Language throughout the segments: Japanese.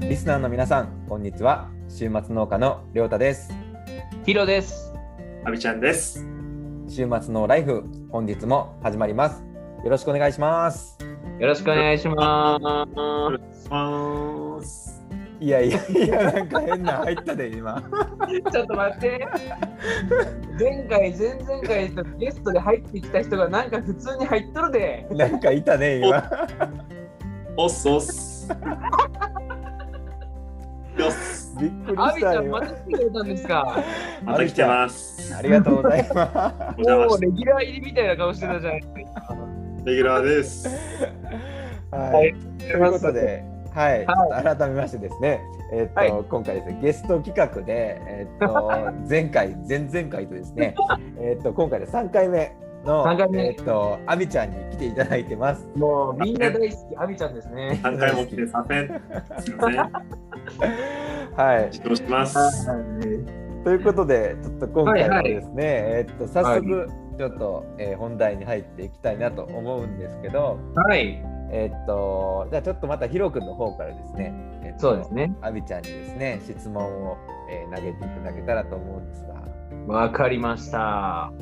リスナーの皆さん、こんにちは。週末農家のりょうたです。ヒロです。阿部ちゃんです。週末のライフ、本日も始まります。よろしくお願いします。よろしくお願いします。まーす。いやいやいや、なんか変な入ったで、今。ちょっと待って。前回、前々回ゲストで入ってきた人がなんか普通に入っとるで。 なんかいたね、今。おっすおっす。よっす。びっくりアしビちたゃよんま今。た来てくれたんですか。また来てます。ありがとうございまお邪魔もしうてレギュラー入りみたいな顔してたじゃないですか。レギュラーです。す。はい。ということはで。はい、ちょっと改めましてですね、えっと、はい今回ですね、ゲスト企画で、えっと、前回、前々回とですね、えっと、今回で3回目の、三回目えっと、アビちゃんに来ていただいてます。もうみんな大好き、アビちゃんですね。三回も来てません。すみません。 はい、自動します。ということで、ちょっと今回ははいはいですね、えーっと早速ちょっと、えー本題に入っていきたいなと思うんですけど、はい。えーっとじゃあちょっとまたヒロ君の方からですね、えーっとそうです。ね。アビちゃんにですね質問を、えー投げていただけたらと思うんですが、わかりました。は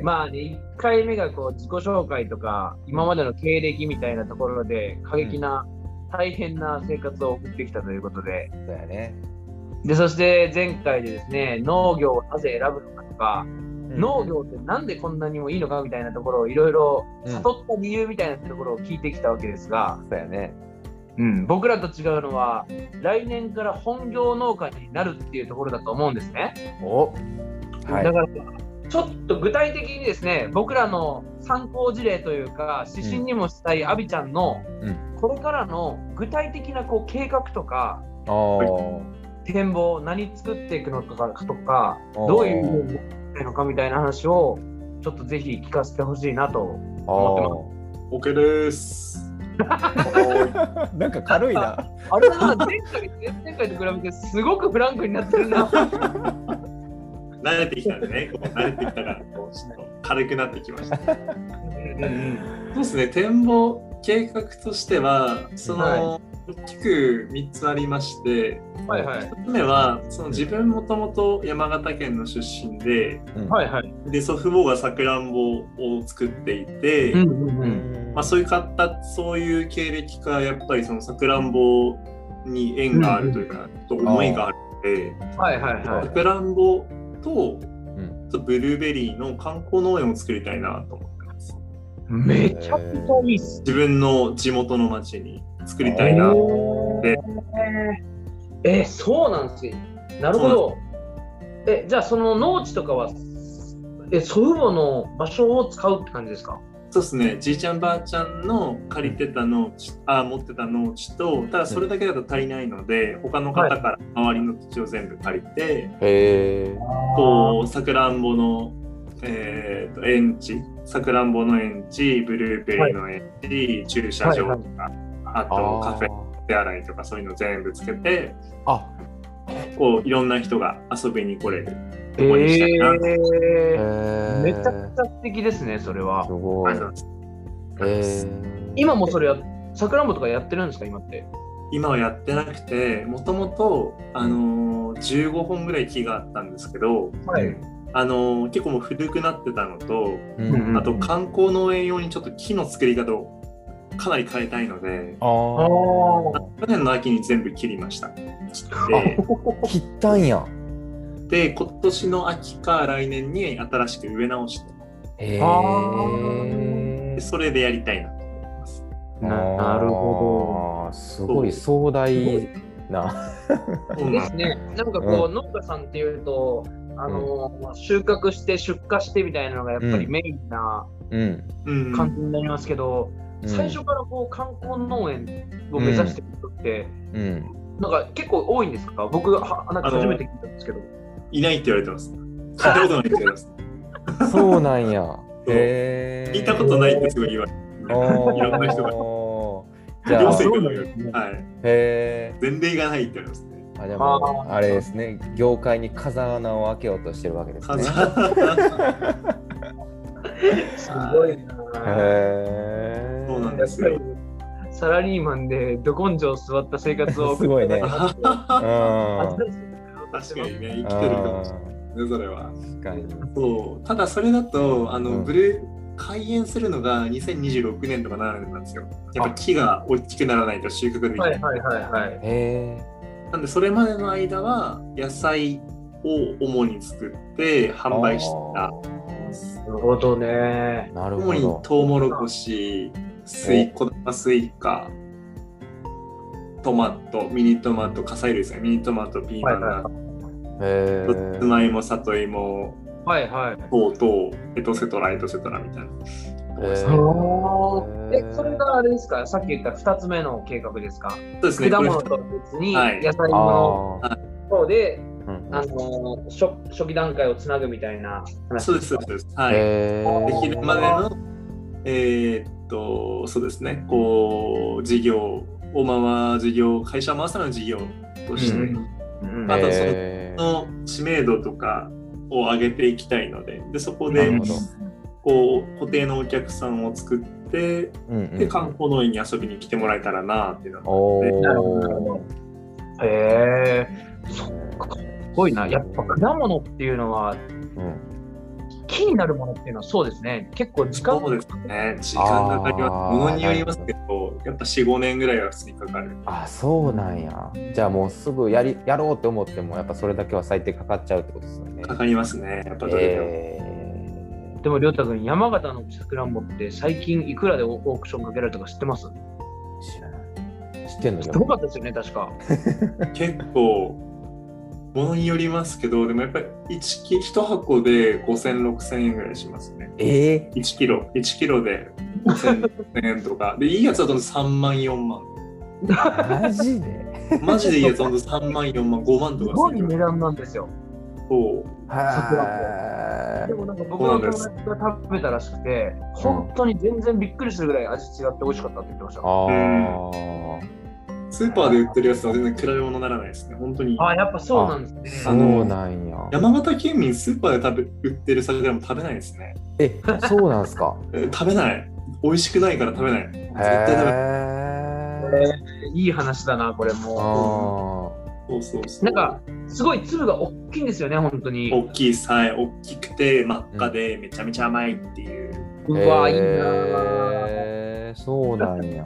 い、まあね、1回目がこう自己紹介とか、今までの経歴みたいなところで、過激な、大変な生活を送ってきたということで、そうやね。でそして前回でですね、農業をなぜ選ぶのかとか、うん農業ってなんでこんなにもいいのかみたいなところをいろいろうん悟った理由みたいなところを聞いてきたわけですが、そうやね。うん、僕らと違うのは、来年から本業農家になるっていうところだと思うんですね。お、はいだ。からちょっと具体的にですね僕らの参考事例というか指針にもしたいアビちゃんの、うんこれからの具体的なこう計画とかあー展望何作っていくのかとかおーどういうふうになっていくのかみたいな話をちょっとぜひ聞かせてほしいなと思オッケーです。あー なんか軽いな。あれ だな前回前々回と比べてすごくフランクになってるな慣れてきたんでね。こう慣れてきたから、こうちょっと軽くなってきました。そうですね。展望計画としては、その、大きく三つありまして、はいはい一つ目はその自分もともと山形県の出身でうんはいはいで祖父母がさくらんぼを作っていて、うんうんううんんまあ、そういうかったそういう経歴からやっぱりそのさくらんぼに縁があるというか、ちょっと思いがあるのではいはいはさいくらんぼとうんちょっとブルーベリーの観光農園を作りたいなと思ってますめちゃくちゃいいっす自分の地元の町に作りたいなでえーえーそうなんですよ。なるほど。え、じゃあその農地とかは、え、祖父母の場所を使うって感じですかそうですねじいちゃんばあちゃんの借りてた農地あ持ってた農地とただそれだけだと足りないので他の方から周りの土地を全部借りて、へえ。こうさくらんぼの、えー、と園地さくらんぼの園地ブルーベリーの園地、駐車場とか、あとカフェ手洗いとかそういうの全部つけてあこういろんな人が遊びに来れるえとこにしたいな、へえーめちゃくちゃ素敵ですね、それはす。ごい。えー今もそれや、さくらんぼとかやってるんですか、今って。今はやってなくてもともとあのー15本ぐらい木があったんですけど、はいあのー結構もう古くなってたのと、うんあと観光農園用にちょっと木の作り方をかなり変えたいのであー去年の秋に全部切りました。 で切ったんや。で今年の秋か来年に新しく植え直してへえ。でそれでやりたいなと思います。ななるほど。すごい壮大な。そうど。でなんですすね。なんかこう、農家さんっていうと、あのー収穫して出荷してみたいなのがやっぱりうんメインなうん。うん感じになりますけど、うん最初。からこう観光農園を目指してる人って、うん。なんか結構多いんですか僕はなんか初めて聞いたんですけど。いないって言わ れてます。聞いたことないって言われてます。そうなんや。へえ。聞いた ことないってすごい言われておーいろんな人がじゃ行あ政そう区なのんよですねはい、へえ。前例がないって言われます ね。あ、でも、あれですね。業界に風穴を開けようとしてるわけですね。そすごへな。いえ。うなんやでっすぱりよ。サラリーマンでど根性座った生活を送ってたなってうん新しい確かにね、生きてるかもしれない、それは。確かにそうただそれだとあの、うんブルー開園するのが2026年とか7年なんですよ。やっぱ木が大きくならないと収穫できな。はいいはいはいはい。へなんでそれまでの間は野菜を主に作っーて販売してなた。るほどね。なる主ほにどトウモロコシ、スイ小玉スイカ、トマト、ミニトマト、火砕類ですね、ミニトマト、ピーマンナッツ、へさーつまいも、里芋、はいはい。等々、エトセトラ、エトセトラみたいな。へーえ、それがあれですかさっき言った2つ目の計画ですかそうですね、果これ物とは別にはい野菜のあー方で、うんあの初初期段階をつなぐみたいな話そうです、そうです。はい。へでーきるまでの、えーっと、そうですね、こう、事業、おまま事業、会社を回すための事業として、うんうんあとそのへーの知名度とかを上げていきたいので、でそこなでるほどこう固定のお客さんを作って、うんうでん観光農園に遊びに来てもらえたらなっていうのがおなるほどなるーほど。へえ、そっか、すごいな。やっぱ果物っていうのは、うん木になるものっていうのはそうですね。結構時間そうですね時間がかかりあまーすものによりますけどやっぱ45年ぐらいは普通にかかるあそうなんやじゃあもうすぐやりやろうと思ってもやっぱそれだけは最低かかっちゃうってことですよねかかりますねやっぱどれでも、えーでも、りょうたくん、山形のさくらんぼって最近いくらでオークションかけられたか知ってます知らない知ってんのすじゃごかったですよね、確か。結構ものによりますけどでもやっぱり 1, キ1箱で50006000円ぐらいしますねええ1キロ1キロで5000円とかでいいやつだと3万4万ー、マジで マジでいいやつ、ほんと3万、4万、5万すとかごすいる値段なんですよ。そうはでもなんか僕の友達が食べたらしくて、本当に全然びっくりするぐらい味違って美味しかったって言ってました。あんースーパーで売ってるやつとは全然比べ物にならないですね、本当に。あ、やっぱそうなんですね。そあのうなんや山形県民、スーパーで食べ売ってる魚も食べないですね。えそうなんすかえー食べない。美味しくないから食べない。 絶へ対食べない。えいい話だな、これもあそうそうそうう。なんか、すごい粒が大きいんですよね、本当に。大きいさえ、大きくて真っ赤で、めちゃめちゃ甘いっていう。うーわ、いいなぁ。へーそうなんや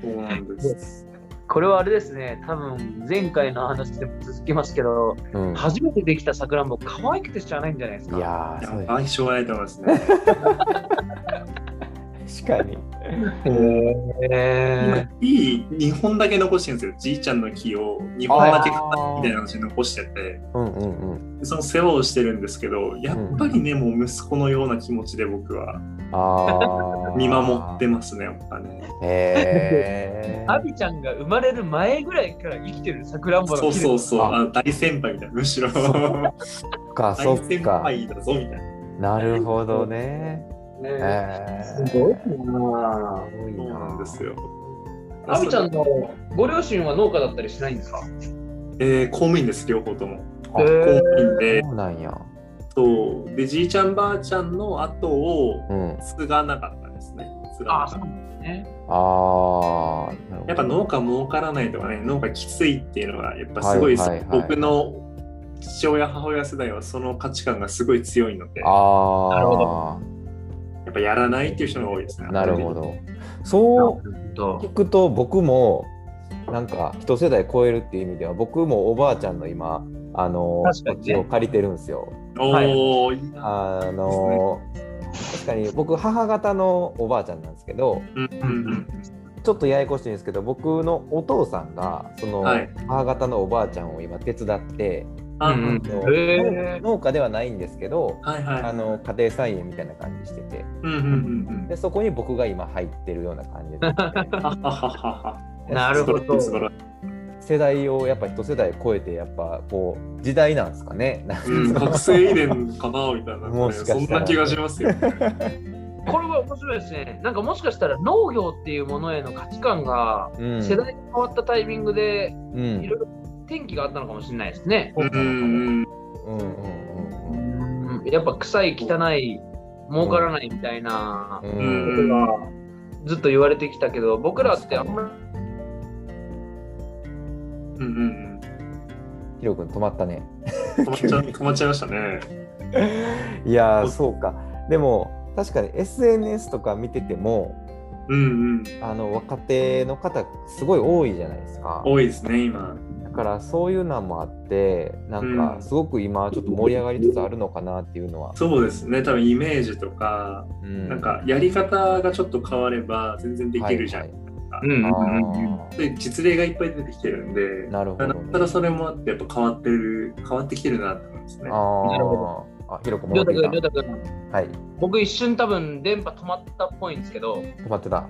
そうなんです。これはあれですね、多分前回の話でも続きますけど、うん初めてできたさくらんぼ、可愛くてしゃあないんじゃないですか。いやーやそうばやい、しょうがないと思いますね。確かにへ今、いい2本だけ残してるんですよ。じいちゃんの木を2本だけ買ったみたいな話残してて。うんうんうんその世話をしてるんですけど、やっぱりね、もう息子のような気持ちで僕はあー見守ってますね、やっぱね。へーーアビちゃんが生まれる前ぐらいから生きてるさくらんぼそうそうそう、ああ大先輩みたいな、むしろ。そっかそ大っ先か輩だぞみたいな。なるほどねねへーすごいなすごいそうななんですよ。ぁアビちゃんのご両親は農家だったりしないんですかえー公務員です、両方とも。あへ公ー務員で、そうなんやそう。で、じいちゃんばあちゃんの後をうん継がなかったですね。継があなーそかうっなたんですね。ああやっぱ農家儲からないとかね、農家きついっていうのが、やっぱすごい、はいはいはい僕の父親、母親世代はその価値観がすごい強いので。ああなるほやっぱやらないっていう人が多いですね。なるほどそうと聞くと僕もなんか一世代超えるっていう意味では僕もおばあちゃんの今あの確かにね土地を借りてるんですよ。おお、いいな。あの確かに僕母方のおばあちゃんなんですけどうんうんうん。ちょっとややこしいんですけど僕のお父さんがそのはい母方のおばあちゃんを今手伝って、あうんうんあのへー農家ではないんですけどはいはい。あの家庭菜園みたいな感じしててうんうんうんでそこに僕が今入ってるような感じでうん。はははは。 なるほど素晴らしい世代をやっぱ一世代超えてやっぱこう時代なんですかね。素晴らしい。うん、覚醒遺伝かなみたいな。もしかしたらそんな気がしますよ。これは面白いですね。なんかもしかしたら農業っていうものへの価値観がうん世代が変わったタイミングでうんいろいろ転機があったのかもしれないですね。うんうんうんうんやっぱ臭い汚い儲からないみたいなうんううんうんん。ずっと言われてきたけど僕らってあんまうんうんヒロ君止まったね。うん。止まっちゃ止まっちゃいましたね。いやーそうか。でも確かに SNS とか見ててもうんうん。あの若手の方すごい多いじゃないですか。多いですね今。だからそういうのもあってなんうかんすごく今ちょっと盛り上がりつつあるのかなっていうのは。そうですね。多分イメージとかうなんかやり方がちょっと変われば全然できるじゃん。はいうんうはいんうんあで実例がいっぱい出てきてるんでー。なるほど、だったらそれもあってやっぱ変わってる変わってきてるなって思いますね。なるほあーあ、ひろこりょ戻うってたきたくん、りょうたくん、はい、僕一瞬多分電波止まったっぽいんですけど、止まってた。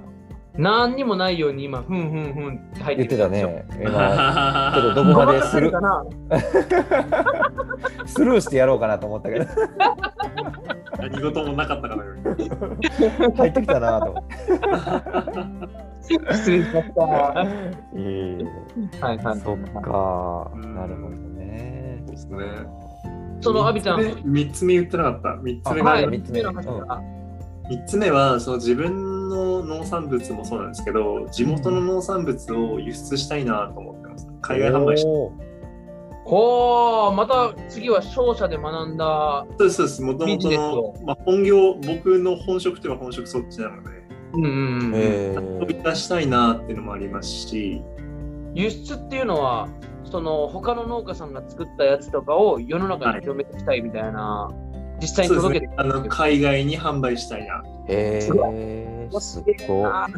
何にもないように今、ふんふんふんって入っ言てってきたたんですよ。ね。今 ちょっとどこごままでかすせるるかなスルーしてやろうかなと思ったけど、 何事もなかったかのように。入ってきたなと思っ 失礼しました。はて。いいいはい。そっかう、んなるほどねそう。ですね。そのアビちゃん、で三つ目言ってなかった。三つ目あがははいい、三つ目の話が3つ目はその自分の農産物もそうなんですけど地元の農産物を輸出したいなと思ってます海外販売したおーほー、また次は商社で学んだ、そうですそうですもともビジネスとをの、まあ、本業僕の本職といえば本職そっちなのでうんうんうんえ飛びー出したいなっていうのもありますし輸出っていうのは、その他の農家さんが作ったやつとかを世の中に広めていきたいみたいな、実際にそう届けですてねあの海外に販売したいなえすごー、すっごい。ああ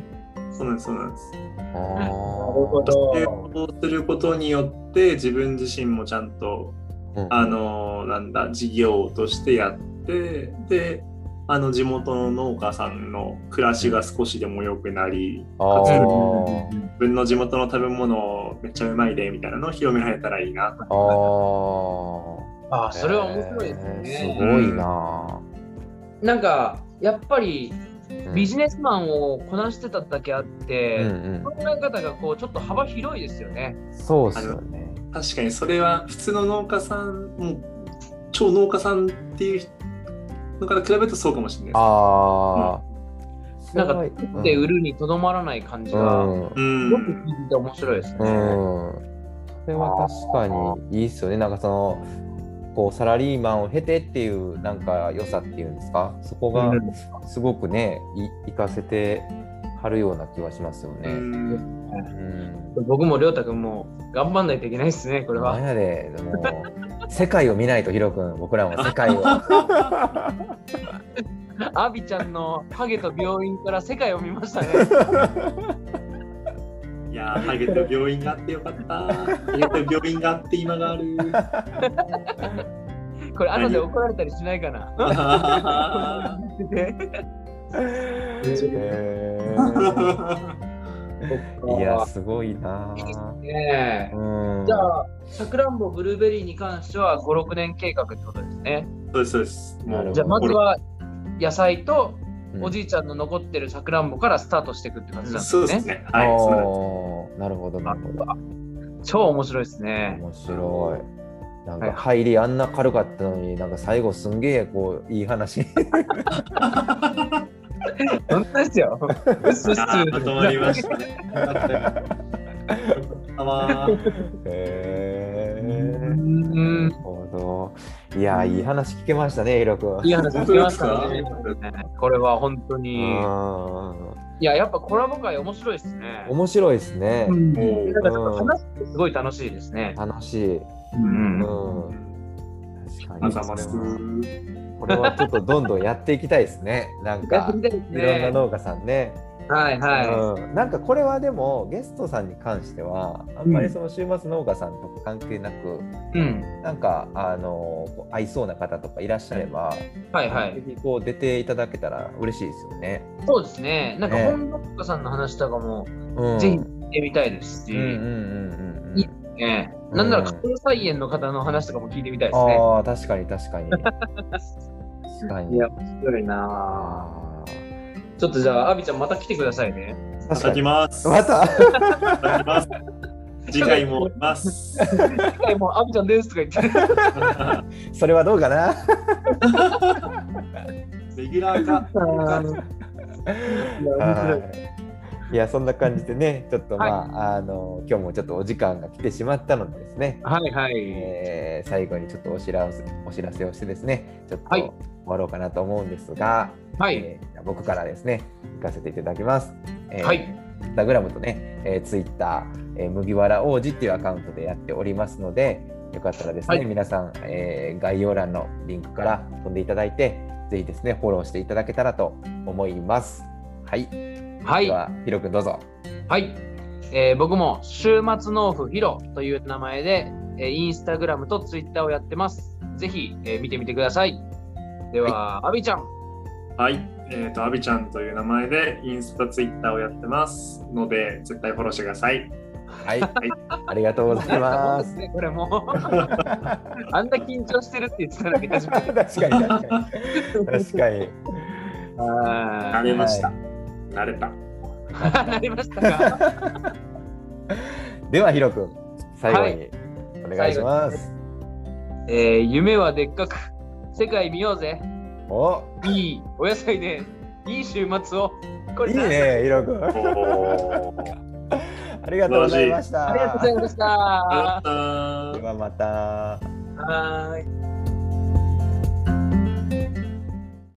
そうなんですそうなんですーなるほでど。こうすることによって自分自身もちゃんとうんあのなんだ事業としてやってであの地元の農家さんの暮らしが少しでも良くなりあ活ー動自分の地元の食べ物めっちゃうまいでみたいなのを広められたらいいあなーあー、それは面白いですえーすね。ごいな。なんか、やっぱりうんビジネスマンをこなしてただけあって、うん考え方がこうちょっと幅広いですよね。うん、そうっすよね。確かにそれは普通の農家さんもう超農家さんっていうのから比べるとそうかもしれないですああ、なんすごいか作って売るにとどまらない感じうが、んうすんごく聞いて面白いですね。うん。それは確かにいいっすよね。なんかその、こう、サラリーマンを経てっていう、なんか良さっていうんですか、そこがうんすごくね、い活かせてはるような気はしますようね。んうん。僕も亮太君も頑張んないといけないですね、これなんは。やで、でも、世界を見ないと、ヒロ君、僕らも世 界を。アビちゃんのハゲと病院から世界を見ましたね。いやーハゲと病院があってよかったハゲと病院があって今があるこれ後で怒られたりしないかな。へ ーいや、すごいなぁ。ねえうん。じゃあ、さくらんぼブルーベリーに関しては5、6年計画ってことですね。そうですそうですもうじゃあまずは野菜とうん、おじいちゃんの残ってるさくらんぼからスタートしていくって感じなんですそね。うですねあはいそうなんですーなるほど、なるほど。超面白いですね。面白い。なんはかい入りあんな軽かったのに、なんか最後すんげえこういい 話。本当ですよ。うっすうっすあーまとまりましたね。よかったよかったわーへうえ。なるん。ほど。いやーいい話聞けましたね、ヒロ君。いい話聞きましたね本当です。これは本当うに。んいや、やっぱコラボ会面白いですね。面白いですねう。んもうなんかちょっと話してすごい楽しいですね。楽しい。うんうん。確かあに。ざます。これはちょっとどんどんやっていきたいですね。なんやっかてみ。たいですいろんな ね。農家さんね、はいはうん、なんかこれはでもゲストさんに関してはあんまりその週末農家さんとか関係なく、い。うん。なんかあのこう合いそうな方とかいらっしゃれば、はいはぜい。ひこう出ていただけたら嬉しいですよね。そうですね。なんかね本田とかさんの話とかもうん、ぜひう聞いてみたいですし、んうんうんうんうんいいね。なんなら、家庭菜園の方の話とかも聞いてみたいですね。ああ確かに確かに確かにいや、面白いなぁあちょっとじゃあ、アビちゃんまた来てくださいね。ー確いたかだきにます。またいただきます。次回もいます。次回もアビちゃんですとか 言って。それはどうかなレギュラー化。はいいやそんな感じでねちょっとまはいあ,、あの今日もちょっとお時間が来てしまったのでですね、はいはい。えー最後にちょっとお知らせお知らせをしてですねちょっとはい終わろうかなと思うんですが、はい。えー僕からですね行かせていただきます。えーはい。インスタグラムとね、えー、ツイッター、えー麦わら王子っていうアカウントでやっておりますので、よかったらですね、はい皆さん、えー概要欄のリンクから飛んでいただいて、ぜひですね、フォローしていただけたらと思います。はい。はでい。は、ヒロ君どうぞ。はい、えー僕も週末農夫ヒロという名前で、えーインスタグラムとツイッターをやってます。ぜひ、えー見てみてください。では、アビちゃん。はい。えっ、と、アビちゃんという名前でインスタ、ツイッターをやってますので、絶対フォローしてください。はい。ありがとうございもまうで すす。ね、これもう確あんな緊張してるって言ってたのに初めて。かに確かに。確かに。慣あれました。は慣れた。ーなりましたか。では、ヒロ君、最後にお願いします。えー夢はでっかく、世界見ようぜ。おいいお野菜で、いい週末を。こいれいね、ヒロ君。おー。ありがとうございました。ありがとうございました。ありがはとうございましたではまた。ーい。